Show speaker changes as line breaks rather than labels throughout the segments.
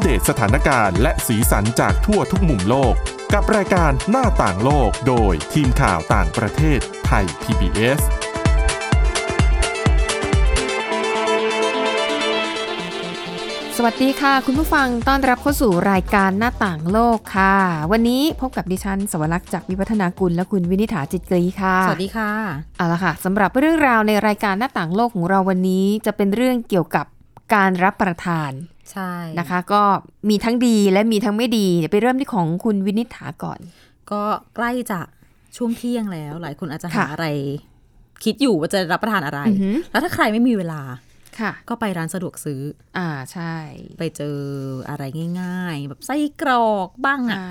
เดตสถานการณ์และสีสันจากทั่วทุกมุมโลก กับรายการหน้าต่างโลกโดยทีมข่าวต่างประเทศไทย PBS
สวัสดีค่ะ คุณผู้ฟังต้อนรับเข้าสู่รายการหน้าต่างโลกค่ะ วันนี้พบกับดิฉัน สวรักษ์จากวิวัฒนากุลและคุณวินิษฐาจิตกรีค่ะ
สวัสดีค่ะ
เอาละค่ะสำหรับเรื่องราวในรายการหน้าต่างโลกของเราวันนี้ จะเป็นเรื่องเกี่ยวกับการรับประทาน
ใช่
นะคะ ก็มีทั้งดีและมีทั้งไม่ดีเดี๋ยวไปเริ่มที่ของคุณวินิษฐาก่อน
ก็ใกล้จะช่วงเที่ยงแล้ว หลายคนอาจจะหา
ค่ะ
อะไร คิดอยู่ว่าจะรับประทานอะไร
อือหือ
แล้วถ้าใครไม่มีเวลา
ค่ะ
ก็ไปร้านสะดวกซื้อ
อ่าใช่
ไปเจออะไรง่าย ๆ แบบไส้กรอกบ้างอะ
อ่า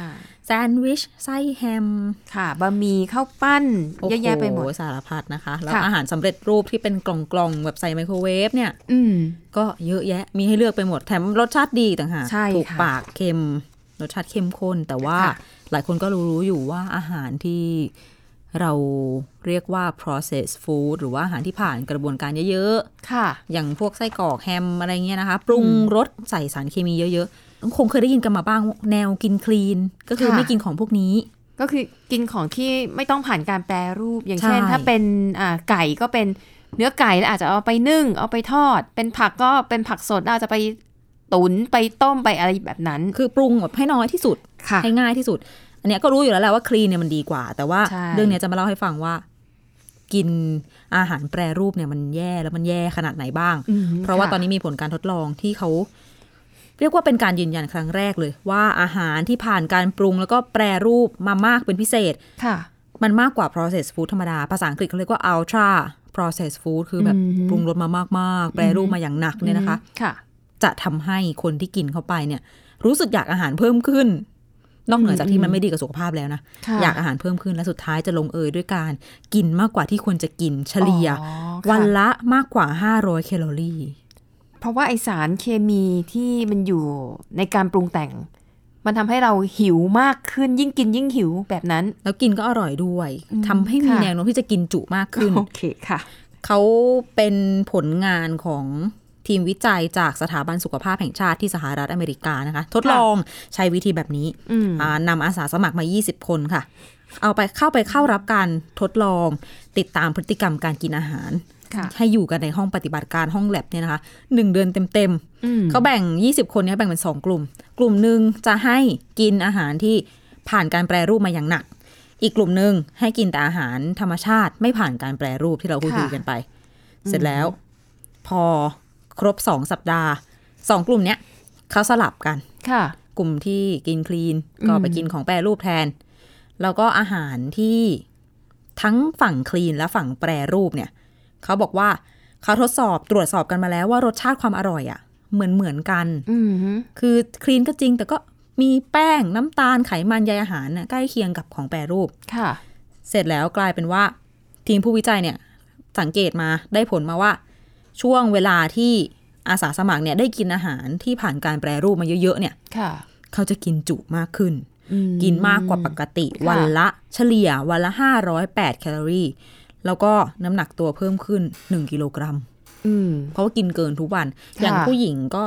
แซนด์วิช ไส้แฮม
ค่ะบะหมี่ข้าวปั้น
โอ้โ
เยอะแยะไปหมด
สารพัดนะคะ แล้ว
ค่ะ
อาหารสำเร็จรูปที่เป็นกล่องๆ แบบใส่ไมโครเวฟเนี่ย
อืม
ก็เยอะแยะ มีให้เลือกไปหมด แถมรสชาติดีต่างหาก
ใช่
ถูก
ค่ะ
ปากเค็ม รสชาติเข้มข้น แต่ว่า
ค่ะ
หลายคนก็รู้ๆอยู่ว่าอาหารที่เราเรียกว่า processed food หรือว่าอาหารที่ผ่านกระบวนการเยอะ
ค่ะ
ๆ อย่างพวกไส้กรอกแฮมอะไรเงี้ยนะคะ ปรุงรสใส่สารเคมีเยอะๆ คงเคยได้ยินกันมาบ้างแนวกินคลีน ก็คือ
ค่ะ
ไม่กินของพวกนี้
ก็คือกินของที่ไม่ต้องผ่านการแปรรูปอย่างเช่น
ใช่
ถ้าเป็นอ่าไก่ก็เป็นเนื้อไก่แล้วอาจจะเอาไปนึ่ง เอาไปทอด เป็นผักก็เป็นผักสดแล้วอาจจะไปตุนไปต้มไปอะไรแบบนั้น
คือปรุงแบบให้น้อยที่สุด
ค่ะ
ให้ง่ายที่สุด อันเนี้ยก็รู้อยู่แล้วแหละว่าคลีนเนี่ยมันดีกว่า แต่ว่า
ใช่
เรื่องเนี้ยจะมาเล่าให้ฟังว่า กินอาหารแปรรูปเนี่ยมันแย่แล้วมันแย่ขนาดไหนบ้าง
อืม
เพราะว่า
ค่
ตอนนี้มีผลการทดลองที่เขา เรียกว่าเป็นการยืนยันครั้งแรกเลย ว่าอาหารที่ผ่านการปรุงแล้วก็แปรรูปมามากเป็นพิเศษ
ค่ะ
มันมากกว่า processed food ธรรมดา ภาษาอังกฤษเขาเรียกว่า ultra processed food คือแบบ
อืม
ปรุงรสมามากๆ แปรรูปมาอย่างหนักเนี่ยนะคะ
ค่ะ
จะทำให้คนที่กินเข้าไปเนี่ย รู้สึกอยากอาหารเพิ่มขึ้น นอกเหนือจากที่มันไม่ดีกับสุขภาพแล้วนะ
ค่ะ
อยากอาหารเพิ่มขึ้นและสุดท้ายจะลงเอยด้วยการกินมากกว่าที่ควรจะกินเฉลี่ย
อ๋อค่ะ
วันละมากกว่า 500 แคลอรี่
เพราะว่าไอสารเคมีที่มันอยู่ในการปรุงแต่ง มันทำให้เราหิวมากขึ้นยิ่งกินยิ่งหิวแบบนั้น
แล้วกินก็อร่อยด้วย
อืม
ทำให้มี
ค่ะ
แนวโน้มที่จะกินจุมากขึ้น
โอเคค่ะ
เขาเป็นผลงานของทีมวิจัยจากสถาบันสุขภาพแห่งชาติที่สหรัฐอเมริกานะคะ ทดลองใช้วิธีแบบนี้
อืม
อ่านำอาสาสมัครมา 20 คนค่ะ เอาไปเข้าไปเข้ารับการทดลอง ติดตามพฤติกรรมการกินอาหาร
ค่ะ
ให้อยู่กันในห้องปฏิบัติการห้องแลบเนี่ยนะคะหนึ่งเดือนเต็ม
อืม
ๆเขาแบ่ง 20 คนเนี่ยแบ่งเป็น 2 กลุ่ม กลุ่มหนึ่งจะให้กินอาหารที่ผ่านการแปรรูปมาอย่างหนัก อีกกลุ่มหนึ่งให้กินแต่อาหารธรรมชาติไม่ผ่านการแปรรูปที่เราคุย
ค่ะ
ๆกันไป เสร็จแล้ว พอครบ 2 สัปดาห์สองกลุ่มเนี้ยเขาสลับกัน
ค่ะ
กลุ่มที่กินคลีน
อืม
ก็ไปกินของแปรรูปแทน แล้วก็อาหารที่ทั้งฝั่งคลีนและฝั่งแปรรูปเนี่ย เขาบอกว่าเขาทดสอบตรวจสอบกันมาแล้วว่ารสชาติความอร่อยอะ่ะ เหมือนเหมือนกัน
อืม
คือคลีนก็จริง แต่ก็มีแป้งน้ำตาลไขมันใยอาหารน่ะใกล้เคียงกับของแปรรูป
ค่ะ
เสร็จแล้วกลายเป็นว่าทีมผู้วิจัยเนี่ย สังเกตมาได้ผลมาว่า ช่วงเวลาที่อาสาสมัครเนี่ยได้กินอาหารที่ผ่านการแปรรูปมาเยอะๆเนี่ย
ค่ะ
เขาจะกินจุมากขึ้น
อื
กินมากกว่าปกติ
ค่ะ
วันละเฉลี่ยวันละ 508 แคลอรี่ แล้วก็น้ำหนักตัวเพิ่มขึ้น 1 กิโลกรัม
อืม
เพราะว่ากินเกินทุกวัน อย่าง
ค่ะ
ผู้หญิงก็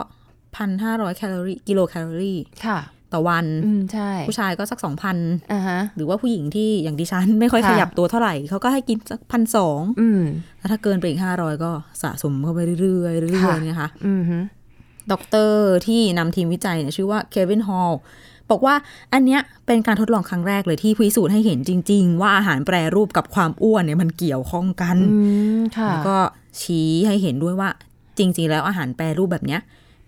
1,500 แคลอรี่กิโลแคลอรี่
ค่ะ
ต่อวัน
อืม ใช่
ผู้ชายก็สัก 2,000
อ่าฮะ
หรือว่าผู้หญิงที่อย่างดิฉัน ไม่ค่อย
ค่ะ
ขยับตัวเท่าไหร่ เขาก็ให้กินสักพันสอง
อืม
แล้วถ้าเกินไปอีก 500 ก็สะสมเข้าไปเรื่อยๆเรื่อย
ค่ะ
ๆนะคะ
อืมฮึ
ด็อกเตอร์ที่นำทีมวิจัยเนี่ยชื่อว่าเควินฮอลบอกว่าอันเนี้ยเป็นการทดลองครั้งแรกเลยที่พิสูจน์ให้เห็นจริง ๆ ว่าอาหารแปรรูปกับความอ้วนเนี่ยมันเกี่ยวข้องกัน
อืม ค่ะ
แล้วก็ชี้ให้เห็นด้วยว่าจริง ๆ แล้วอาหารแปรรูปแบบเนี้ย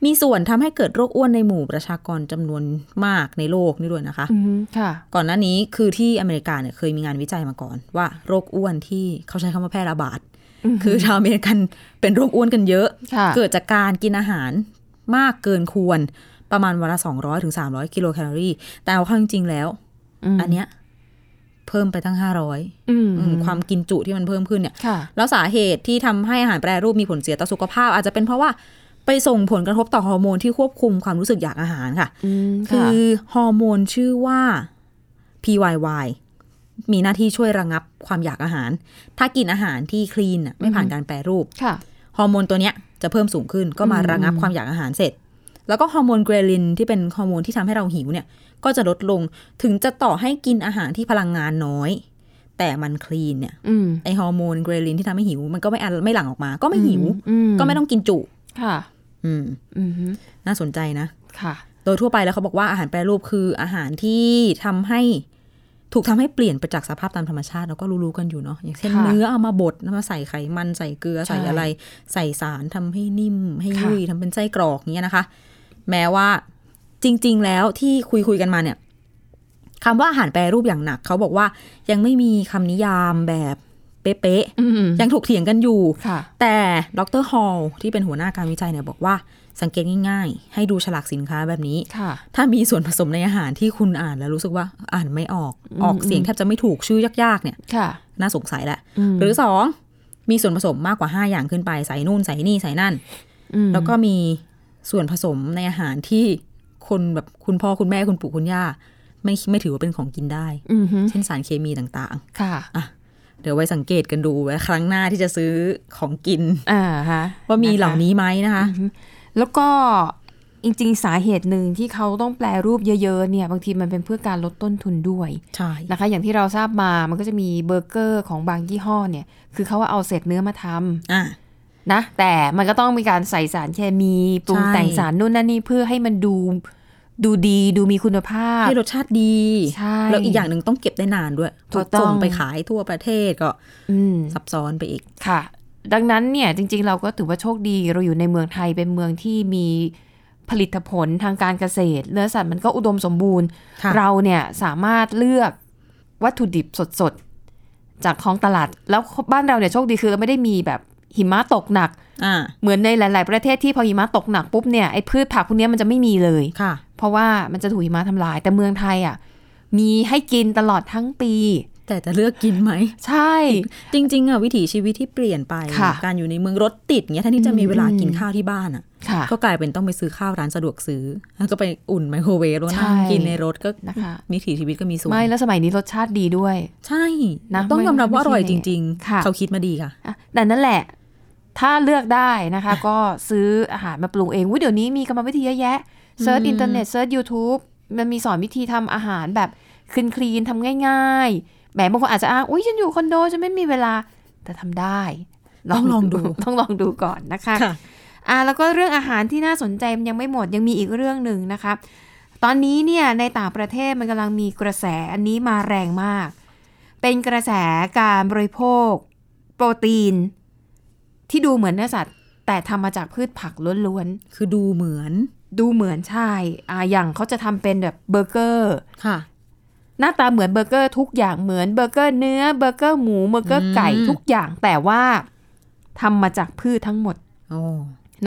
มีส่วนทำให้เกิดโรคอ้วนในหมู่ประชากรจำนวนมากในโลกนี่ด้วยนะคะ
อืมฮึค่ะ
ก่อนหน้านี้คือที่อเมริกาเนี่ยเคยมีงานวิจัยมาก่อน ว่าโรคอ้วนที่เขาใช้คำว่าแพร่ระบาด
อืม
คือชาวอเมริกันเป็นโรคอ้วนกันเยอะ
ค่ะ
เกิดจากการกินอาหารมากเกินควรประมาณวันละ 200ถึง300 กิโลแคลอรี่ แต่เอาเข้าจริงๆแล้ว
ม
อันเนี้ยเพิ่มไปตั้ง 500
อืม
อืมความกินจุที่มันเพิ่มขึ้นเนี่ย
ค่ะ
แล้วสาเหตุที่ทำให้อาหารแปรรูปมีผลเสียต่อสุขภาพ อาจจะเป็นเพราะว่าไปส่งผลกระทบต่อฮอร์โมนที่ควบคุมความรู้สึกอยากอาหารค่ะ
อืม
คื
ค่ะ
อฮอร์โมนชื่อว่า PYY มีหน้าที่ช่วยระงับความอยากอาหาร ถ้ากินอาหารที่คลีนน่ะไม่ผ่านการแปรรูป
ค่ะ
ฮอร์โมนตัวเนี้ยจะเพิ่มสูงขึ้นก็มา
อืม
ระงับความอยากอาหารเสร็จ แล้วก็ฮอร์โมนเกรลินที่เป็นฮอร์โมนที่ทำให้เราหิวเนี่ย ก็จะลดลงถึงจะต่อให้กินอาหารที่พลังงานน้อย แต่มันคลีนเนี่ย
อืม
ไอฮอร์โมนเกรลินที่ทำให้หิว มันก็ไม่อันไม่หลั่งออกมา ก็ไม่หิว ก็ไม่ต้องกินจุ
ค่ะ
อืม
อืมฮึ
น่าสนใจนะ
ค่ะ
โดยทั่วไปแล้วเขาบอกว่าอาหารแปรรูปคืออาหารที่ทำให้ถูกทำให้เปลี่ยนไปจากสภาพตามธรรมชาติเราก็รู้ๆกันอยู่เนาะอย่างเช่น
ค่ะ
เนื้อเอามาบดนำมาใส่ไขมันใส่เกลือ
ใช่
ใส่อะไร ใส่สารทำให้นิ่ม ให้
ค่ะ
ยุ่ยทำเป็นไส้กรอกอย่างเงี้ยนะคะ แม้ว่าจริง ๆ แล้วที่คุยคุยๆกันมาเนี่ยคำว่าอาหารแปรรูปอย่างหนัก เขาบอกว่ายังไม่มีคำนิยามแบบเป๊ะ
อืม
ๆยังถกเถียงกันอยู่
ค่ะ
แต่ดรฮอลที่เป็นหัวหน้าการวิจัยเนี่ยบอกว่าสังเกตง่ายๆ ให้ดูฉลากสินค้าแบบนี้
ค่ะ
ถ้ามีส่วนผสมในอาหารที่คุณอ่านแล้วรู้สึกว่าอ่านไม่ออก
อืม
ออกเสียงแทบจะไม่ถูกชื่อยากๆเนี่ย
ค่ะ
น่าสงสัยแหละ
ม
หรือ 2 มีส่วนผสมมากกว่า 5 อย่างขึ้นไป ใส่นู่นใส่นี่ใส่นั่น
ม
แล้วก็มีส่วนผสมในอาหารที่คนแบบคุณพ่อคุณแม่คุณปู่คุณย่าไม่ไม่ถือว่าเป็นของกินได้
อืมฮึ
เช่นสารเคมีต่าง
ค่ะ
ๆ เดี๋ยวไว้สังเกตกันดูไว้ครั้งหน้าที่จะซื้อของกิน
อ่าฮะ
ว่ามี
ะคะ
เหล่านี้ไหมนะคะ
แล้วก็จริงๆ สาเหตุหนึ่งที่เขาต้องแปลรูปเยอะๆ เนี่ย บางทีมันเป็นเพื่อการลดต้นทุนด้วย
ใช่
นะคะ อย่างที่เราทราบมา มันก็จะมีเบอร์เกอร์ของบางยี่ห้อเนี่ย คือเขาว่าเอาเศษเนื้อมาทำ
อ่ะ
นะแต่มันก็ต้องมีการใส่สารเคมีปรุง
ใช่
แต่งสารนู่นนั่นนี่เพื่อให้มันดูดูดีดูมีคุณภาพ
ให้รสชาติดี
ใช่
แล้วอีกอย่างหนึ่งต้องเก็บได้นานด้วย
ถูกต้อง
ส่งไปขายทั่วประเทศก็
อืม
ซับซ้อนไปอีก
ค่ะ ดังนั้นเนี่ยจริง ๆ เราก็ถือว่าโชคดีเราอยู่ในเมืองไทยเป็นเมืองที่มีผลิตผลทางการเกษตร เนื้อสัตว์มันก็อุดมสมบูรณ์
ค่ะ
เราเนี่ยสามารถเลือกวัตถุดิบสดๆ จากท้องตลาด แล้วบ้านเราเนี่ยโชคดีคือเราไม่ได้มีแบบหิมะตกหนัก
อ่า
เหมือนในหลาย ๆ ประเทศที่พอหิมะตกหนักปุ๊บเนี่ยไอ้พืชผักพวกเนี้ยมันจะไม่มีเลย
ค่ะ
เพราะว่ามันจะถูกหิมะทำลาย แต่เมืองไทยอ่ะมีให้กินตลอดทั้งปี
แต่จะเลือกกินไหม
ใช่
จริง ๆอ่ะวิถีชีวิตที่เปลี่ยนไป
ค่ะ
การอยู่ในเมืองรถติดเงี้ยแทนที่จะมีเวลากินข้าวที่บ้านอ่ะ
ค่ะ
ก็กลายเป็นต้องไปซื้อข้าวร้านสะดวกซื้อ แล้วก็ไปอุ่นไมโครเวฟแล้ว
ใช่
นั่งกินในรถก็
นะคะ
วิถีชีวิตก็มีส่วน
ไม่แล้วสมัยนี้รสชาติดีด้วย
ใช่
นะ
ต้องยอมรับว่าอร่อย
ไม่
จ
ใช่
ริง
ค่ะ
ๆ เขาคิดมาดีค่ะ
อ่ะแต่นั่นแหละ ถ้าเลือกได้ นะคะ ก็ซื้ออาหารมาปรุงเองอุ๊ยเดี๋ยวนี้มีกรรมวิธีเยอะแยะเซิร์ชอินเทอร์เน็ตเซิร์ช YouTube มันมีสอนวิธีทำอาหารแบบคลีนคลีนๆทำง่ายๆแหมบางคนอาจจะอ้างอุ้ยฉันอยู่คอนโดฉันไม่มีเวลาแต่ทำได้
ต้องลองดู
ต้องลองดูก่อนนะคะ
ค่ะ
อ่ะแล้วก็เรื่องอาหารที่น่าสนใจมันยังไม่หมดยังมีอีกเรื่องหนึ่งนะคะ ตอนนี้เนี่ยในต่างประเทศมันกำลังมีกระแสอันนี้มาแรงมาก เป็นกระแสการบริโภค โปรตีน ที่ดูเหมือนเนื้อสัตว์ แต่ทำมาจากพืชผักล้วน
คือดูเหมือน
ๆ ดูเหมือนใช่อ่ะอย่างเขาจะทำเป็นแบบเบอร์เกอร์
ค่ะ
หน้าตาเหมือนเบอร์เกอร์ทุกอย่างเหมือนเบอร์เกอร์เนื้อเบอร์เกอร์หมูเบอร์เกอร์ไก่
อืม
ทุกอย่างแต่ว่าทำมาจากพืชทั้งหมด
โอ้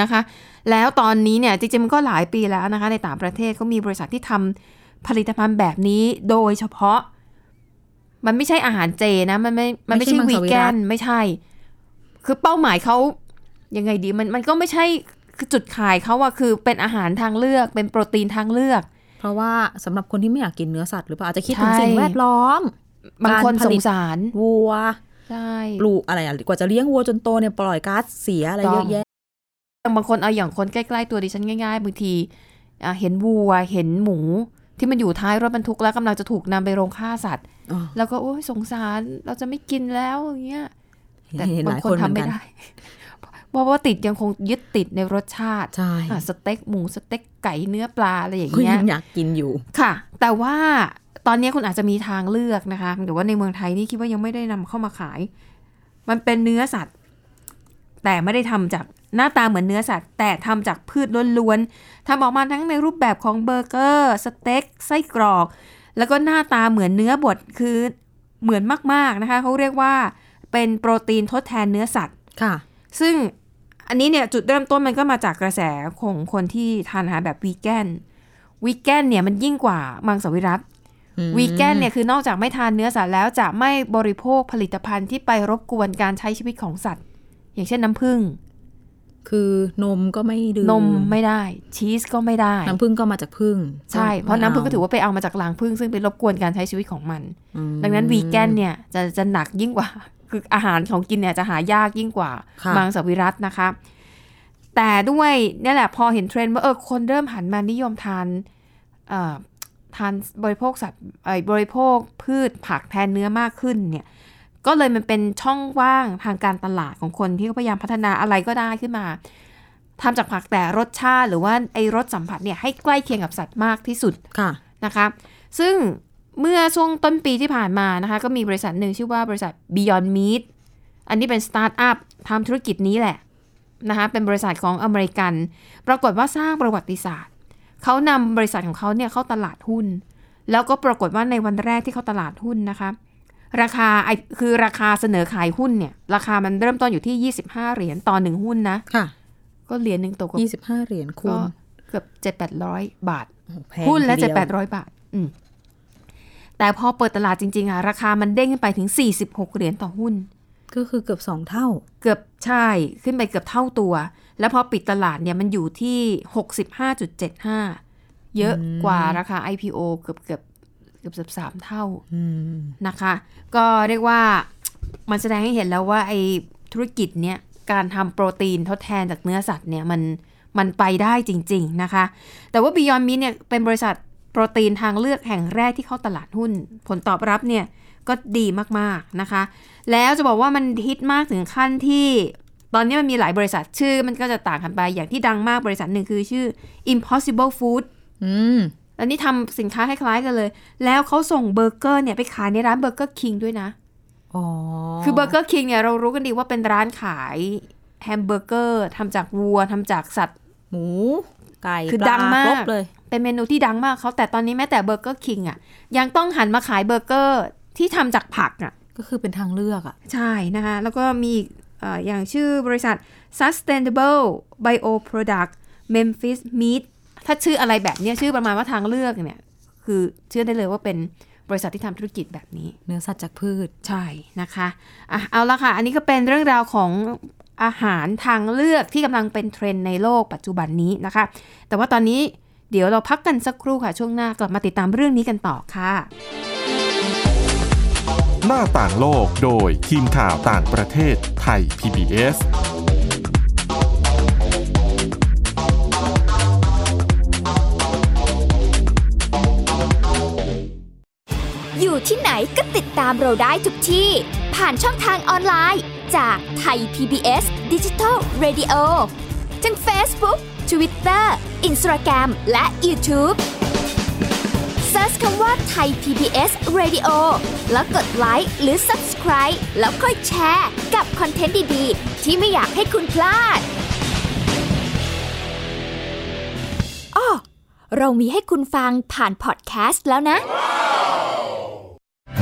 นะคะ แล้วตอนนี้เนี่ยจริงๆมันก็หลายปีแล้วนะคะ ในต่างประเทศก็มีบริษัทที่ทำผลิตภัณฑ์แบบนี้โดยเฉพาะ มันไม่ใช่อาหารเจนะ มันไม่มันไม่ใช่วีแกนไม่ใช่ คือเป้าหมายเขายังไงดีมันมันก็ไม่ใช่คือจุดขายเขาอะคือเป็นอาหารทางเลือกเป็นโปรตีนทางเลือก
เพราะว่าสำหรับคนที่ไม่อยากกินเนื้อสัตว์หรือเปล่าอาจจะคิดถึง
ใช่
สิ่งแวดล้อม
บางคน
การผ
ส
ลิ
ง
ต
สาร
วัว
ใช่
ปลูกอะไรอ่ะกว่าจะเลี้ยงวัวจนโตเนี่ยปล่อยก๊าซเสียอะไรเยอะแยะ
บางคนเอาอย่างคนใกล้ๆตัวดิฉันง่ายๆบางทีอ่ะเห็นวัวเห็นหมู ที่มันอยู่ท้ายรถบรรทุกแล้วกำลังจะถูกนำไปโรงฆ่าสัตว์ แล้วก็โอ้ยสงสารเราจะไม่กินแล้วอย่างเงี้ยแต่
เห็นห
บา
ลาง ย
ค
คน น
ทำ
ทำไม่
ไม่
ได้
ได้ เพราะว่าติดยังคงยึดติดในรสชาติ
ใช่
อ่ะสเต็กหมูสเต็กไก่เนื้อปลาอะไรอย่าง
ก็
เงี้
ยั
ย
งอยากกินอยู่
ค่ะ แต่ว่าตอนนี้คุณอาจจะมีทางเลือกนะคะแต่ว่าในเมืองไทยนี่คิดว่ายังไม่ได้นำเข้ามาขาย มันเป็นเนื้อสัตว์ แต่ไม่ได้ทำจากหน้าตาเหมือนเนื้อสัตว์ แต่ทำจากพืชล้วนๆทำออกมาทั้งในรูปแบบของเบอร์เกอร์สเต็กไส้กรอก แล้วก็หน้าตาเหมือนเนื้อบดคือเหมือนมากๆนะคะเขาเรียกว่าเป็นโปรตีนทดแทนเนื้อสัตว์
ค่ะ
ซึ่งอันนี้เนี่ยจุดเริ่มต้นมันก็มาจากกระแสของคนที่ทานอาหารแบบวีแกนวีแกนเนี่ยมันยิ่งกว่ามังสวิรัต
อืม
วีแกนเนี่ยคือนอกจากไม่ทานเนื้อสัตว์แล้วจะไม่บริโภคผลิตภัณฑ์ที่ไปรบกวนการใช้ชีวิตของสัตว์ อย่างเช่นน้ำผึ้ง
คือนมก็ไม่ดื่ม
นมไม่ได้ ชีสก็ไม่ได้
น้ำผึ้งก็มาจากผึ้ง
ใช่เพราะน้ำผึ้งก็ถือ
ไม่
ว่าไปเอามาจากหลังผึ้งซึ่งไปรบกวนการใช้ชีวิตของมัน
เอืม
ดังนั้นวีแกนเนี่ยจะจะหนัก ยิ่งกว่า คืออาหารของกินเนี่ยจะหายากยิ่งกว่า
ค่ะ
มังสวิรัตนะคะ แ แต่ด้วยเนี่ยแหละพอเห็นเทรนด์ว่าเออคนเริ่มหันมานิยมทานเอ่อทานบริโภคสัตว์เอ่อบริโภคพืชผักแทนเนื้อมากขึ้นเนี่ย ก็เลยมันเป็นช่องว่างทางการตลาดของคนที่เขาพยายามพัฒนาอะไรก็ได้ขึ้นมาทำจากผักแต่รสชาติหรือว่าไอรสสัมผัสเนี่ยให้ใกล้เคียงกับสัตว์มากที่สุด
ค่ะ
นะคะซึ่งเมื่อช่วงต้นปีที่ผ่านมานะคะก็มีบริษัทหนึ่งชื่อว่าบริษัท Beyond Meat อันนี้เป็นสตาร์ทอัพทำธุรกิจนี้แหละนะคะเป็นบริษัทของอเมริกัน ปรากฏว่าสร้างประวัติศาสตร์ เขานำบริษัทของเขาเนี่ยเข้าตลาดหุ้น แล้วก็ปรากฏว่าในวันแรกที่เข้าตลาดหุ้นนะคะราคาไอคือราคาเสนอขายหุ้นเนี่ยราคามันเริ่มต้นอยู่ที่ 25 เหรียญต่อหนึ่งหุ้นนะ
ค่ะ
ก็เหรียญหนึ่งตกก็
ยี่สิบห้าเหรียญคู
ก็
ณ
เกือบ7 8 0 0 บาท
โอ้โแพง
หุ้นละ
ที
เจ็ด
เยว
แปดร้อยบาท อืม แต่พอเปิดตลาดจริงๆอะราคามันเด้งขึ้นไปถึงสี่สิบหกเหรียญต่อหุ้น
ก็คือเกือบสองเท่า
เกือบใช่ ขึ้นไปเกือบเท่าตัว แล้วพอปิดตลาดเนี่ยมันอยู่ที่หกสิบห้าจุดเจ็ดห้าเยอะกว่าราคา IPO เกือบเกือบเกือบสามเท่า
อืม
นะคะ ก็เรียกว่ามันแสดงให้เห็นแล้วว่าไอ้ธุรกิจเนี่ยการทำโปรตีนทดแทนจากเนื้อสัตว์เนี่ยมันมันไปได้จริง ๆ นะคะ แต่ว่า Beyond Meat เนี่ยเป็นบริษัทโปรตีนทางเลือกแห่งแรกที่เข้าตลาดหุ้น ผลตอบรับเนี่ยก็ดีมากๆนะคะ แล้วจะบอกว่ามันฮิตมากถึงขั้นที่ ตอนนี้มันมีหลายบริษัทชื่อมันก็จะต่างกันไปอย่างที่ดังมากบริษัทหนึ่งคือชื่อ Impossible Food
อืม
อันนี้ทำสินค้าคล้ายๆกันเลย แล้วเขาส่งเบอร์เกอร์เนี่ยไปขายในร้านเบอร์เกอร์คิงด้วยนะ
อ๋อ
คือเบอร์เกอร์คิงเนี่ยเรารู้กันดีว่าเป็นร้านขายแฮมเบอร์เกอร์ทำจากวัวทำจากสัตว์
หมู ไก่
คือ
ปล
ดังมาก
ครบเลย
เป็นเมนูที่ดังมากเขาแต่ตอนนี้แม้แต่เบอร์เกอร์คิงอ่ะยังต้องหันมาขายเบอร์เกอร์ที่ทำจากผักอ่ะ
ก็คือเป็นทางเลือกอ่ะ
ใช่นะคะ แล้วก็มีอีกเอ่ออย่างชื่อบริษัท Sustainable Bio Product Memphis Meat ถ้าชื่ออะไรแบบเนี้ยชื่อประมาณว่าทางเลือกเนี่ยคือเชื่อได้เลยว่าเป็นบริษัทที่ทำธุรกิจแบบนี้
เนื้อสัตว์จากพืช
ใช่นะคะอ่ะเอาละค่ะ อันนี้ก็เป็นเรื่องราวของอาหารทางเลือกที่กำลังเป็นเทรนด์ในโลกปัจจุบันนี้นะคะ แต่ว่าตอนนี้เดี๋ยวเราพักกันสักครู่ค่ะ ช่วงหน้ากลับมาติดตามเรื่องนี้กันต่อค่ะ
หน้าต่างโลกโดยทีมข่าวต่างประเทศไทย PBS
อยู่ที่ไหนก็ติดตามเราได้ทุกที่ ผ่านช่องทางออนไลน์ จากไทย PBS Digital Radio ทั้ง Facebook Twitter Instagram และ YouTube Search คำว่าไทย PBS Radio แล้วกดไลค์หรือ Subscribe แล้วค่อยแชร์กับคอนเทนต์ดี ๆ ที่ไม่อยากให้คุณพลาดอ้อเรามีให้คุณฟังผ่านพอดแคสต์แล้วนะ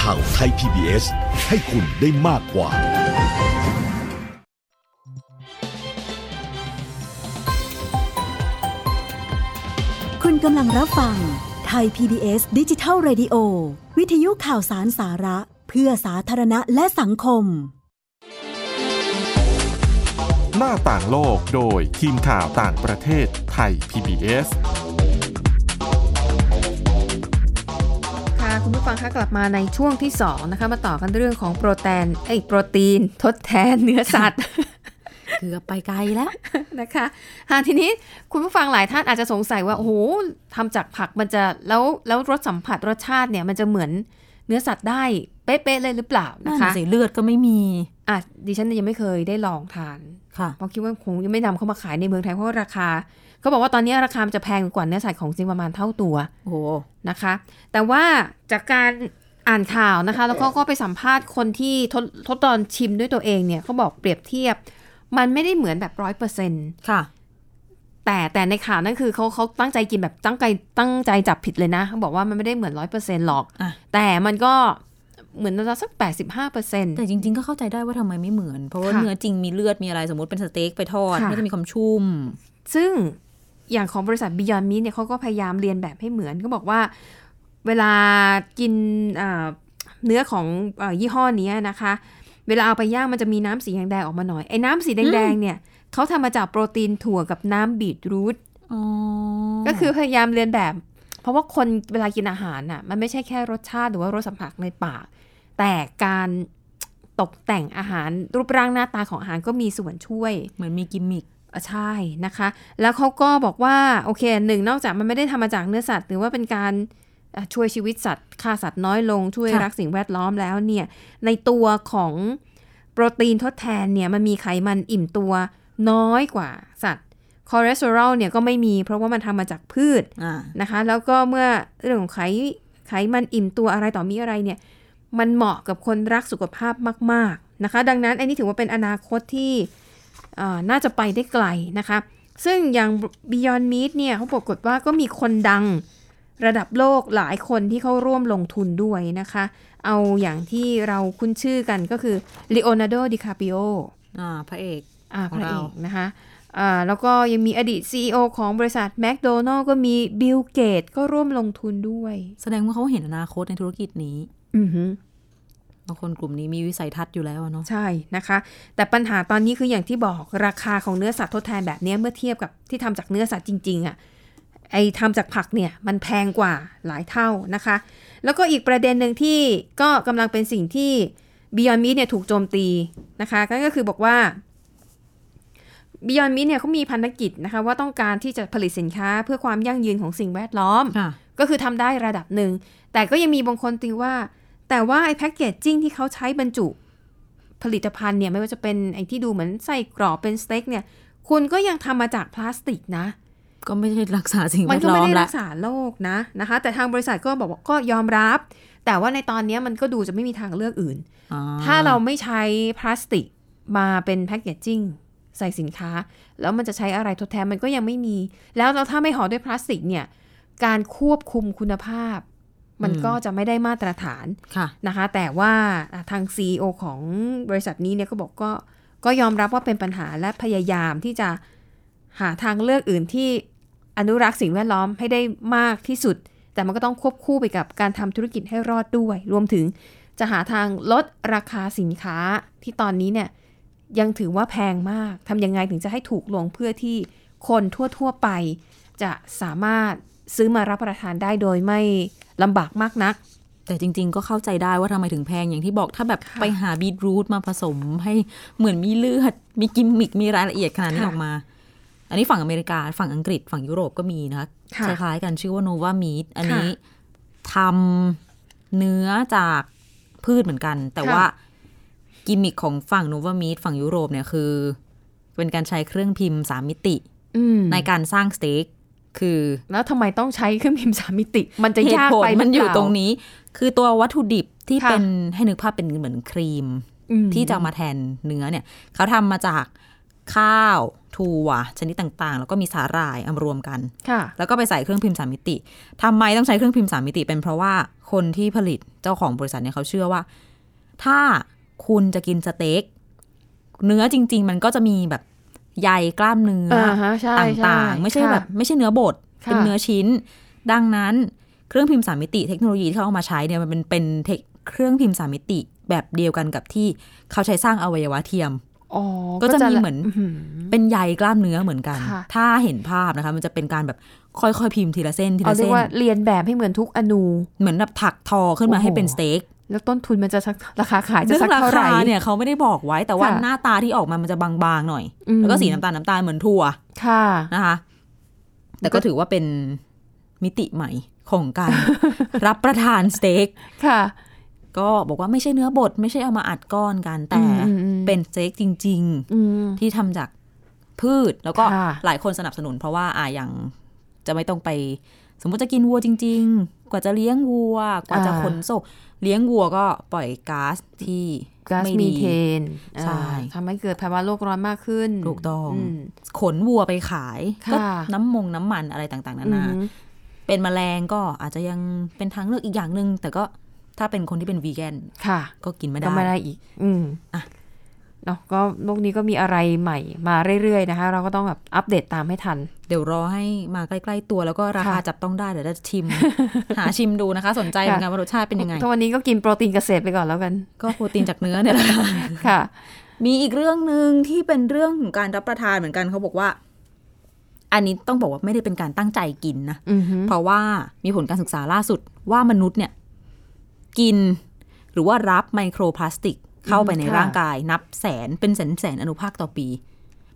ข่าวไทย PBS ให้คุณได้มากกว่า
คุณกำลังรับฟังไทย PBS ดิจิทัล Radio วิทยุข่าวสารสาระ เพื่อสาธารณะและสังคม
หน้าต่างโลกโดยทีมข่าวต่างประเทศไทย PBS
ค่ะคุณผู้ฟังคะกลับมาในช่วงที่สองนะคะมาต่อกันเรื่องของโปรแตนเอ้ยโปรตีน ทดแทนเนื้อสัตว์
เกือบไปไกลแล้ว
นะคะอ่ะทีนี้คุณผู้ฟังหลายท่านอาจจะสงสัยว่า โอ้โหทำจากผักมันจะแล้วแล้วรสสัมผัสรสชาติเนี่ยมันจะเหมือนเนื้อสัตว์ได้เป๊ะๆเลยหรือเปล่า
นั่
นะ
น
คะ
สิเลือดก็ไม่มี
อ่ะดิฉันยังไม่เคยได้ลองทาน
ค่ะ
เพราะคิดว่าคงยังไม่นำเข้ามาขายในเมืองไทยเพราะว่าราคาเขาบอกว่าตอนนี้ราคามันจะแพงกว่าเนื้อสัตว์ของจริงประมาณเท่าตัว
โอ้โห
นะคะแต่ว่าจากการอ่านข่าวนะคะแล้วก็ก็ไปสัมภาษณ์คนที่ทดทดลองชิมด้วยตัวเองเนี่ยเขาบอกเปรียบเทียบ มันไม่ได้เหมือนแบบร้อยเปอร์เซ็น
ค่ะ
แต่แต่ในข่าวนั่นคือเขาเขาตั้งใจกินแบบตั้งใจตั้งใจจับผิดเลยนะเขาบอกว่ามันไม่ได้เหมือนร้อยเปอร์เซ็นหรอก
อ่ะ
แต่มันก็ เหมือนเราสัก 85เปอร์เซ็นต์
แต่จริง ๆ ก็เข้าใจได้ว่าทำไมไม่เหมือน เพราะว่า
ค่ะ
เนื้อจริงมีเลือดมีอะไรสมมติเป็นสเต็กไปทอด
ค่ะ
ก็จะมีความชุ่ม
ซึ่งอย่างของบริษัท Beyond Meat เนี่ยเขาก็พยายามเรียนแบบให้เหมือนก็บอกว่า เวลากินเอ่อเนื้อของเออยี่ห้อเนี้ยนะคะ เวลาเอาไปย่างมันจะมีน้ำสีแดงๆออกมาหน่อยไอ้น้ำสีแดงๆเนี่ยเขาทำมาจากโปรตีนถั่วกับน้ำบีทรูท
อ๋อ
ก็คือพยายามเรียนแบบ เพราะว่าคนเวลากินอาหารน่ะมันไม่ใช่แค่รสชาติหรือว่ารสสัมผัสในปาก แต่การตกแต่งอาหารรูปร่างหน้าตาของอาหารก็มีส่วนช่วย
เหมือนมีกิมมิค
อ่ะใช่นะคะ แล้วเขาก็บอกว่า โอเคหนึ่งนอกจากมันไม่ได้ทำมาจากเนื้อสัตว์ หรือว่าเป็นการอ่ะช่วยชีวิตสัตว์ฆ่าสัตว์น้อยลงช่วย
ค่ะ
รักสิ่งแวดล้อมแล้วเนี่ย ในตัวของโปรตีนทดแทนเนี่ย มันมีไขมันอิ่มตัวน้อยกว่าสัตว์คอเลสเตอรอลเนี่ยก็ไม่มีเพราะว่ามันทำมาจากพืช
อ่า
นะคะแล้วก็เมื่อเรื่องของไขไขมันอิ่มตัวอะไรต่อมีอะไรเนี่ยมันเหมาะกับคนรักสุขภาพมาก ๆนะคะ ดังนั้นอันนี้ถือว่าเป็นอนาคตที่เอ่อน่าจะไปได้ไกลนะคะ ซึ่งอย่าง Beyond Meat เนี่ยเขาบอกกฏว่าก็มีคนดังระดับโลกหลายคนที่เขาร่วมลงทุนด้วยนะคะ เอาอย่างที่เราคุ้นชื่อกันก็คือ Leonardo DiCaprio
อ่า พระเอก
อ่าพ
ของ
ระเอ
เรา
กนะคะอ่าแล้วก็ยังมีอดีต CEO ของบริษัทแมคโดนัลก็มีบิลเกตก็ร่วมลงทุนด้วย
แสดงว่าเขาเห็นอนาคตในธุรกิจนี้
อือหือ
บางคนกลุ่มนี้มีวิสัยทัศน์อยู่แล้วอะเนาะ
ใช่นะคะ แต่ปัญหาตอนนี้คืออย่างที่บอกราคาของเนื้อสัตว์ทดแทนแบบเนี้ยเมื่อเทียบกับที่ทำจากเนื้อสัตว์จริงๆอะ่ะไอทำจากผักเนี่ยมันแพงกว่าหลายเท่านะคะ แล้วก็อีกประเด็นหนึ่งที่ก็กำลังเป็นสิ่งที่ Beyond Meat เนี่ยถูกโจมตีนะคะนั่นก็คือบอกว่า Beyond Meat เนี่ยเขามีพันธกิจนะคะว่าต้องการที่จะผลิตสินค้าเพื่อความยั่งยืนของสิ่งแวดล้อม
ค่ะ
ก็คือทำได้ระดับหนึ่ง แต่ก็ยังมีบางคนติว่า แต่ว่าไอ้แพ็กเกจจิ้งที่เขาใช้บรรจุผลิตภัณฑ์เนี่ยไม่ว่าจะเป็นไอ้ที่ดูเหมือนไส้กรอบเป็นสเต็กเนี่ย คุณก็ยังทำมาจากพลาสติกนะ
ก็ไม่ใช่รักษาสิ่ง
มั
แวน ด
ก็
ล้
ไม่
อม
ได้
ละ
รักษาโลกนะนะคะ แต่ทางบริษัทก็บอกว่าก็ยอมรับ แต่ว่าในตอนเนี้ยมันก็ดูจะไม่มีทางเลือกอื่น
อ๋อ
ถ้าเราไม่ใช้พลาสติกมาเป็นแพ็กเกจจิ้งใส่สินค้า แล้วมันจะใช้อะไรทดแทนมันก็ยังไม่มี แล้วเราถ้าไม่ห่อด้วยพลาสติกเนี่ย การควบคุมคุณภาพ มันก็จะไม่ได้มาตรฐาน
ค่ะ
นะคะ แต่ว่าอ่ะทาง CEO ของบริษัทนี้เนี่ยก็บอกก็ก็ยอมรับว่าเป็นปัญหาและพยายามที่จะหาทางเลือกอื่นที่อนุรักษ์สิ่งแวดล้อมให้ได้มากที่สุด แต่มันก็ต้องควบคู่ไปกับการทำธุรกิจให้รอดด้วย รวมถึง จะหาทางลดราคาสินค้าที่ตอนนี้เนี่ยยังถือว่าแพงมาก ทำยังไงถึงจะให้ถูกลงเพื่อที่คนทั่ว ๆ ไป จะสามารถซื้อมารับประทานได้โดยไม่ลำบากมากนัก
แต่จริง ๆ ก็เข้าใจได้ว่าทำไมถึงแพงอย่างที่บอกถ้าแบบ
ค่ะ
ไปหาบีทรูทมาผสมให้เหมือนมีเลือด มีกิมมิกมีรายละเอียดขนาดนี้ออกมา อันนี้ฝั่งอเมริกา ฝั่งอังกฤษฝั่งยุโรปก็มีนะคะ
ค่ะ
คล้ายๆกันชื่อว่าโนวามีดอันนี้ทำเนื้อจากพืชเหมือนกัน แต่
ค่ะ
ว่ากิมมิคของฝั่งโนวามีดฝั่งยุโรปเนี่ยคือ เป็นการใช้เครื่องพิมพ์สามมิติ
อืม
ในการสร้างสเต็กคือ
แล้วทำไมต้องใช้เครื่องพิมพ์สามมิติ มันจะ
เหตุ
ยาก
ผล
ไป
มันอยู่
หเปล่า
ตรงนี้ คือตัววัตถุดิบที่
ค่ะ
เป็นให้นึกภาพเป็นเหมือนครีม
อืม
ที่จะเอามาแทนเนื้อเนี่ย เขาทำมาจากข้าว ถั่ว ชนิดต่างๆ แล้วก็มีสาหร่ายเอามารวมกัน
ค่ะ
แล้วก็ไปใส่เครื่องพิมพ์สามมิติทำไมต้องใช้เครื่องพิมพ์สามมิติ เป็นเพราะว่าคนที่ผลิตเจ้าของบริษัทเนี่ยเขาเชื่อว่า ถ้าคุณจะกินสเต็กเนื้อจริง ๆ มันก็จะมีแบบใยกล้ามเนื้อ
อ่าฮะใช่
ต
ใช่
่างๆ ไม่ใช่
ค่ะ
แบบไม่ใช่เนื้อบด
ค่ะ
เป็นเนื้อชิ้น ดังนั้นเครื่องพิมพ์สามมิติเทคโนโลยีที่เขาเอามาใช้เนี่ยมันเป็นเป็นเทคเครื่องพิมพ์สามมิติแบบเดียวกันกับที่เขาใช้สร้างอวัยวะเทียม
อ๋อ
ก็จะมีเหมือน
หื
เป็นใยกล้ามเนื้อเหมือนกัน
ค่ะ
ถ้าเห็นภาพนะคะ มันจะเป็นการแบบค่อยๆพิมพ์ทีละเส้นที
เอา
ละ
เรีย
เส้
ก
น
ว่าเรียนแบบให้เหมือนทุกอนู
เหมือนแบบถักทอขึ้นมา
โอ้โห
ให้เป็นสเต็ก
แล้วต้นทุนมันจะสักราคาขายจะ
เรื่อ
สัก
งรา
เท่าไห
คา
ร่
เนี่ยเขาไม่ได้บอกไว้แต่ว่า
ค่ะ
หน้าตาที่ออกมามันจะบางๆหน่อย
อืม
แล้วก็สีน้ำตาลน้ำตาลเหมือนถั่ว
ค่ะ
นะคะ แต่ก็ถือว่าเป็นมิติใหม่ของการ รับประทานสเต็ก
ค่ะ
ก็บอกว่าไม่ใช่เนื้อบด ไม่ใช่เอามาอัดก้อนกันแต่
อืมอืม
เป็นสเต็กจริง ๆ
อืม
ที่ทำจากพืชแล้วก็
ค่ะ
หลายคนสนับสนุน เพราะว่าอ่าอย่างจะไม่ต้องไป สมมติจะกินวัวจริง ๆ กว่าจะเลี้ยงวัว กว่าจะ
อ่า
ขนส่งเลี้ยงวัวก็ปล่อยก๊าซที่
ก๊าซ
ไม่
มี
ดี
เทน
ใช่
อ่าทำให้เกิดภาวะโลกร้อนมากขึ้น
ถูกต้อง
ม
ขนวัวไปขาย
ค่ะ
ก็น้ำมงน้ำมันอะไรต่างๆนา
อื
นา
ม
เป็นแมลงก็อาจจะยังเป็นทางเลือกอีกอย่างหนึ่งแต่ก็ ถ้าเป็นคนที่เป็นวีแกน
ค่ะ
ก็กินไม่ได้
ก็ไม่ได้อีก อืม
อ่ะ
เนาะก็โลกนี้ก็มีอะไรใหม่มาเรื่อยๆนะคะ เราก็ต้องแบบอัปเดตตามให้ทัน
เดี๋ยวรอให้มาใกล้ๆตัวแล้วก็ราคา
ค่ะ
จับต้องได้เดี๋ยวจะชิม หาชิมดูนะคะ สนใจเหมือนกัน
ค่ะ
ว่ารสชาติเป็นยังไง
ทุกวันนี้ก็กินโปรตีนเกษตรไปก่อนแล้วกัน
ก็โปรตีนจากเนื้อเนี่ยแหละค่ะ
ค่ะ
มีอีกเรื่องหนึ่งที่เป็นเรื่องของการรับประทานเหมือนกันเขาบอกว่า อันนี้ต้องบอกว่าไม่ได้เป็นการตั้งใจกินนะ
อือฮึ
เพราะว่ามีผลการศึกษาล่าสุดว่ามนุษย์เนี่ย กิน หรือว่ารับไมโครพลาสติก เข้าไปใน
ค่ะ
ร่างกาย นับแสนเป็นแสนแสนอนุภาคต่อปี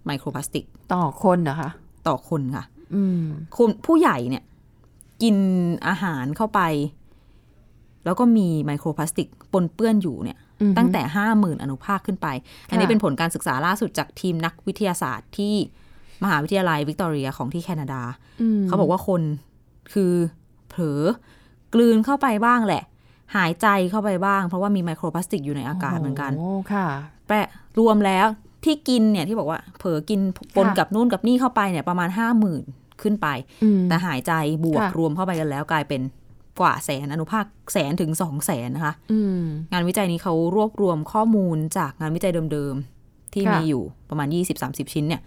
ไมโครพลาสติก
ต่อคนเหรอคะ
ต่อคนค่ะ
อืม
คนผู้ใหญ่เนี่ย กินอาหารเข้าไป แล้วก็มีไมโครพลาสติกปนเปื้อนอยู่เนี่ย
อือฮึ
ตั้งแต่ห้าหมื่นอนุภาคขึ้นไป อันนี้เป็นผลการศึกษาล่าสุดจากทีมนักวิทยาศาสตร์ที่มหาวิทยาลัยวิกตอเรียของที่แคนาดา
อืม
เขาบอกว่าคนคือเผลอกลืนเข้าไปบ้างแหละ หายใจเข้าไปบ้าง เพราะว่ามีไมโครพลาสติกอยู่ในอากาศเหมือนกัน
โอ้ค่ะ
แปะรวมแล้วที่กินเนี่ยที่บอกว่าเผลอกินปน
ค่ะ
กับนู่นกับนี่เข้าไปเนี่ยประมาณห้าหมื่นขึ้นไป
อืม
แต่หายใจบวก
ค่ะ
รวมเข้าไปกันแล้วกลายเป็นกว่าแสนอนุภาคแสนถึงสองแสนนะคะ
อืม
งานวิจัยนี้เขารวบรวมข้อมูลจากงานวิจัยเดิมๆ ที่
ค่ะ
มีอยู่ประมาณ 20-30 ชิ้นเนี่ย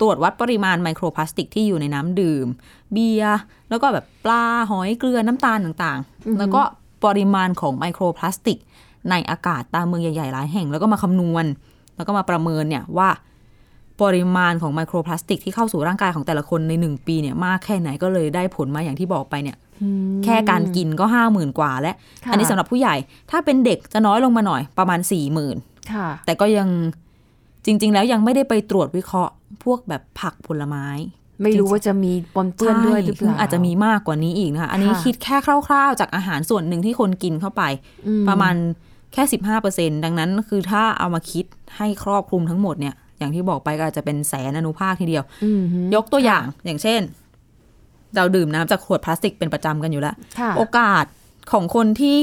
ตรวจวัดปริมาณไมโครพลาสติกที่อยู่ในน้ำดื่ม เบียร์แล้วก็แบบปลา หอยเกลือน้ำตาลต่างๆ แล้วก็ปริมาณของไมโครพลาสติก ในอากาศตามเมืองใหญ่ๆ หลายแห่ง แล้วก็มาคำนวณ แล้วก็มาประเมินเนี่ยว่า ปริมาณของไมโครพลาสติกที่เข้าสู่ร่างกายของแต่ละคนในหนึ่งปีเนี่ยมากแค่ไหนก็เลยได้ผลมาอย่างที่บอกไปเนี่ย
อืม
แค่การกินก็ห้าหมื่นกว่าแล้ว
ค่ะ
อันนี้สำหรับผู้ใหญ่ ถ้าเป็นเด็กจะน้อยลงมาหน่อยประมาณสี่หมื่น
ค่ะ
แต่ก็ยังจริง ๆ แล้วยังไม่ได้ไปตรวจวิเคราะห์ พวกแบบผักผลไม้
ไม่รู้ว่าจะมีปนเปื้อนด้วยหรือเปล่า
ใช่อาจจะมีมากกว่านี้อีกนะคะอันนี้
ค่ะ
คิดแค่คร่าวๆ จากอาหารส่วนหนึ่งที่คนกินเข้าไป
อื
ประมาณแค่สิบห้าเปอร์เซ็นดังนั้นคือถ้าเอามาคิดให้ครอบคลุมทั้งหมดเนี่ย อย่างที่บอกไปก็อาจจะเป็นแสนอนุภาคทีเดียว
อืม
ยกตัวอย่างอย่างเช่น เราดื่มน้ำจากขวดพลาสติกเป็นประจำกันอยู่แล้ว
ค่ะ
โอกาสของคนที่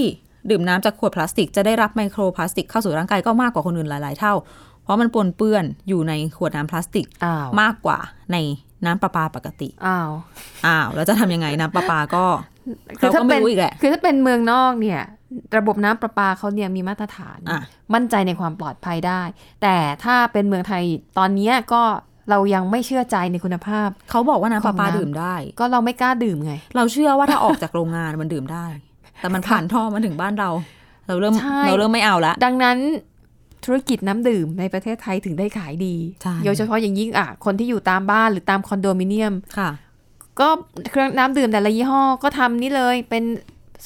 ดื่มน้ำจากขวดพลาสติก จะได้รับไมโครพลาสติกเข้าสู่ร่างกายก็มากกว่าคนอื่นหลาย ๆ เท่า เพราะมันปนเปื้อนอยู่ในขวดน้ำพลาสติก
อ้าว
มากกว่าในน้ำประปาปกติ
อ้าว
อ้าวแล้วจะทำยังไงน้ำประปาก็ เราก็ไม่รู้อีกแหละ
คือถ้าเป็นเมืองนอกเนี่ย ระบบน้ำประปาเขาเนี่ยมีมาตรฐาน
อ่ะ
มั่นใจในความปลอดภัยได้ แต่ถ้าเป็นเมืองไทยตอนเนี้ยก็เรายังไม่เชื่อใจในคุณภาพ
เขาบอกว่าน้ำประปา
ของน้ำ
ดื่มได้
ก็เราไม่กล้าดื่มไง
เราเชื่อว่าถ้าออกจากโรงงานมันดื่มได้ แต่มันผ่านท่อมาถึงบ้านเรา เราเริ่ม
ใช่
เราเริ่มไม่เอาละ
ดังนั้นธุรกิจน้ำดื่มในประเทศไทยถึงได้ขายดี
ใช่
โดยเฉพาะอย่างยิ่งอ่ะคนที่อยู่ตามบ้านหรือตามคอนโดมิเนียม
ค่ะ
ก็เครื่องน้ำดื่มแต่ละยี่ห้อก็ทำนี่เลยเป็น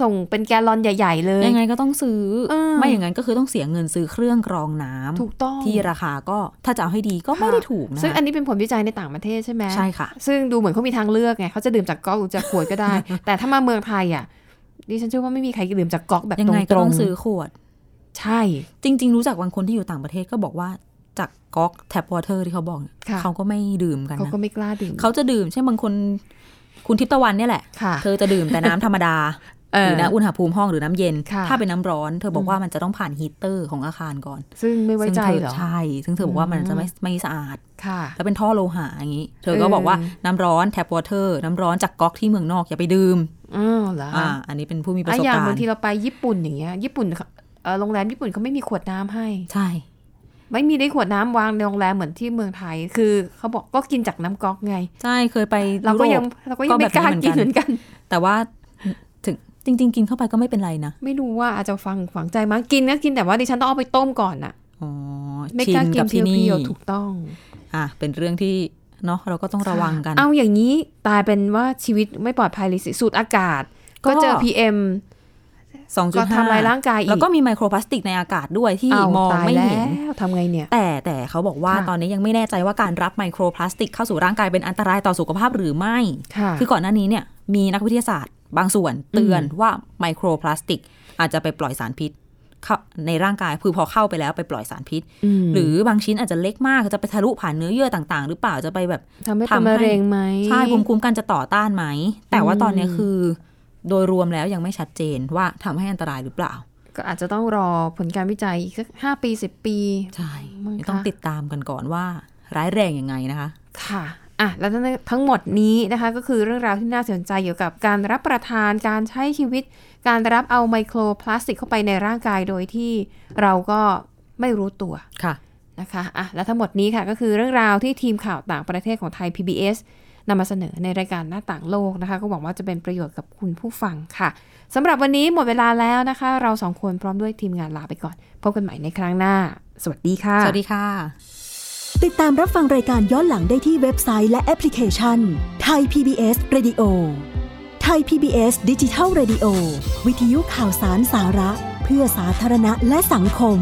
ส่งเป็นแกลลอนใหญ่ๆเลย
ยังไงก็ต้องซื้อ
เออ
ไม่อย่างนั้นก็คือต้องเสียเงินซื้อเครื่องกรองน้ำ
ถูกต้อง
ที่ราคาก็ถ้าจะเอาให้ดีก็ไม่ได้ถูกนะ
ซึ่งอันนี้เป็นผลวิจัยในต่างประเทศใช่ไหม
ใช่ค่ะ
ซึ่งดูเหมือนเขามีทางเลือกไงเขาจะดื่มจากก๊อกหรือจากขวดก็ ได้ แต่ถ้ามาเมืองไทยอ่ะดิฉันเชื่อว่าไม่มีใครดื่มจากก๊อกแบบ
ยัง
ตร
ไง
ง
ก็
ตร
ต้
ง
องซื้อขวด
ใช่
จริง ๆ รู้จักบางคนที่อยู่ต่างประเทศก็บอกว่า จากก๊อกแท็บวอเตอร์ที่เขาบอกเนี่ย
ค่ะ
เขาก็ไม่ดื่มกัน
เขา
นะ
ก็ไม่กล้าดื่ม
เขาจะดื่มเช่นบางคน คุณทิพย์ตะวันเนี่ยแหละ
ค่ะ
เธอจะดื่มแต่น้ำธรรมดา
เอ
ห
อ
รือน้ำอุณหภูมิห้องหรือน้ำเย็น
ค่ะ
ถ้าเป็นน้ำร้อน เธอบอกว่ามันจะต้องผ่านฮีตเตอร์ของอาคารก่อน
ซึ่งไม่ไว้ใจ
ซึ่งธ
เหรอ
ใช่ซึ่งเธอบอกว่ามันจะไม่
อืม
ไม่สะอาด
ค่ะ
แล้วเป็นท่อโลหะอย่างนี้ เธอก็
เออ
บอกว่าน้ำร้อนแท็บวอเตอร์น้ำร้อนจากก๊อกที่เมืองนอกอย่าไปดื่ม
อ้าวเหรอ
อ่า อันนี้เป็นผู้มีประ
อ่ะ
สบ
อย่าง
การ
บาง
ณ์
ทีเราไปญี่ปุ่นอย่างเงี้ยญี่ปุ่นเขาเอ่อโรงแรมญี่ปุ่นเขาไม่มีขวดน้ำให้
ใช่
ไม่มีได้ขวดน้ำวางในโรงแรมเหมือนที่เมืองไทย คือเขาบอกก็กินจากน้ำก๊อกไง
ใช่เคยไป
เราก็
ยุโ
ยังเราก็ยังไม่
ก็
ก
แบบ
ล้า
นี้
กินเห
เหมือนกัน
มือนกัน
แต่ว่าถึงจริง ๆ กินเข้าไปก็ไม่เป็นไรนะ
ไม่รู้ว่าอาจจะฟังฝังใจมั้งกินก็กินแต่ว่าดิฉันต้องเอาไปต้มก่อนน่ะ
อ๋อ
ไม่
ชิ
กล้าน กิ
กัน บ
เพี
ที่นี่
ยวๆถูกต้อง
อ่ะเป็นเรื่องที่เนาะเราก็ต้องระวังกัน
เอาอย่างนี้ตายเป็นว่าชีวิตไม่ปลอดภัยเลยสิสูดอากาศ
ก็
ก็เจอ PM
สองจุ
ก็
ดห้า
ทำลายร่างกายอีก
แล้วก็มีไมโครพลาสติกในอากาศด้วยที่
เอา
มอง
ตาย
ไม่
แล้
เห็น
วทำไงเนี่ย
แต่แต่เขาบอกว่า
ค่ะ
ตอนนี้ยังไม่แน่ใจว่าการรับไมโครพลาสติกเข้าสู่ร่างกายเป็นอันตรายต่อสุขภาพหรือไม่
ค่ะ
คือก่อนหน้านี้เนี่ยมีนักวิทยาศาสตร์บางส่วนเตือนว่าไมโครพลาสติก อาจจะไปปล่อยสารพิษเข้าในร่างกายคือพอเข้าไปแล้วไปปล่อยสารพิษ
ม
หรือบางชิ้นอาจจะเล็กมากจะไปทะลุผ่านเนื้อเยื่อต่าง ๆ หรือเปล่าจะไปแบบ
ทำให้เป็น
ทำให้
มะเร็งไหม
ใช่ภูมิคุ้มกันจะต่อต้านไหม แต่ว่าตอนเนี้ย
อืม
คือ โดยรวมแล้วยังไม่ชัดเจนว่าทำให้อันตรายหรือเปล่า
ก็อาจจะต้องรอผลการวิจัยอีกสักห้าปีสิบปี
ใช่
มั้งคะ
ต้องติดตามกันก่อนว่า ร้ายแรงยังไงนะคะ
ค่ะ อ่ะแล้วทั้งหมดนี้นะคะ ก็คือเรื่องราวที่น่าสนใจเกี่ยวกับการรับประทานการใช้ชีวิต การรับเอาไมโครพลาสติกเข้าไปในร่างกายโดยที่เราก็ไม่รู้ตัว
ค่ะ
นะคะอ่ะและทั้งหมดนี้ค่ะก็คือเรื่องราวที่ทีมข่าวต่างประเทศของไทย PBS นำมาเสนอในรายการหน้าต่างโลกนะคะ ก็หวังว่าจะเป็นประโยชน์กับคุณผู้ฟังค่ะสำหรับวันนี้หมดเวลาแล้วนะคะ เราสองคนพร้อมด้วยทีมงานลาไปก่อน พบกันใหม่ในครั้งหน้า สวัสดีค่ะ
สวัสดีค่ะ
ติดตามรับฟังรายการย้อนหลังได้ที่เว็บไซต์และแอปพลิเคชันไทย PBS Radio ไทย PBS ดิจิทัล Radio วิทยุข่าวสารสาระ เพื่อสาธารณะและสังคม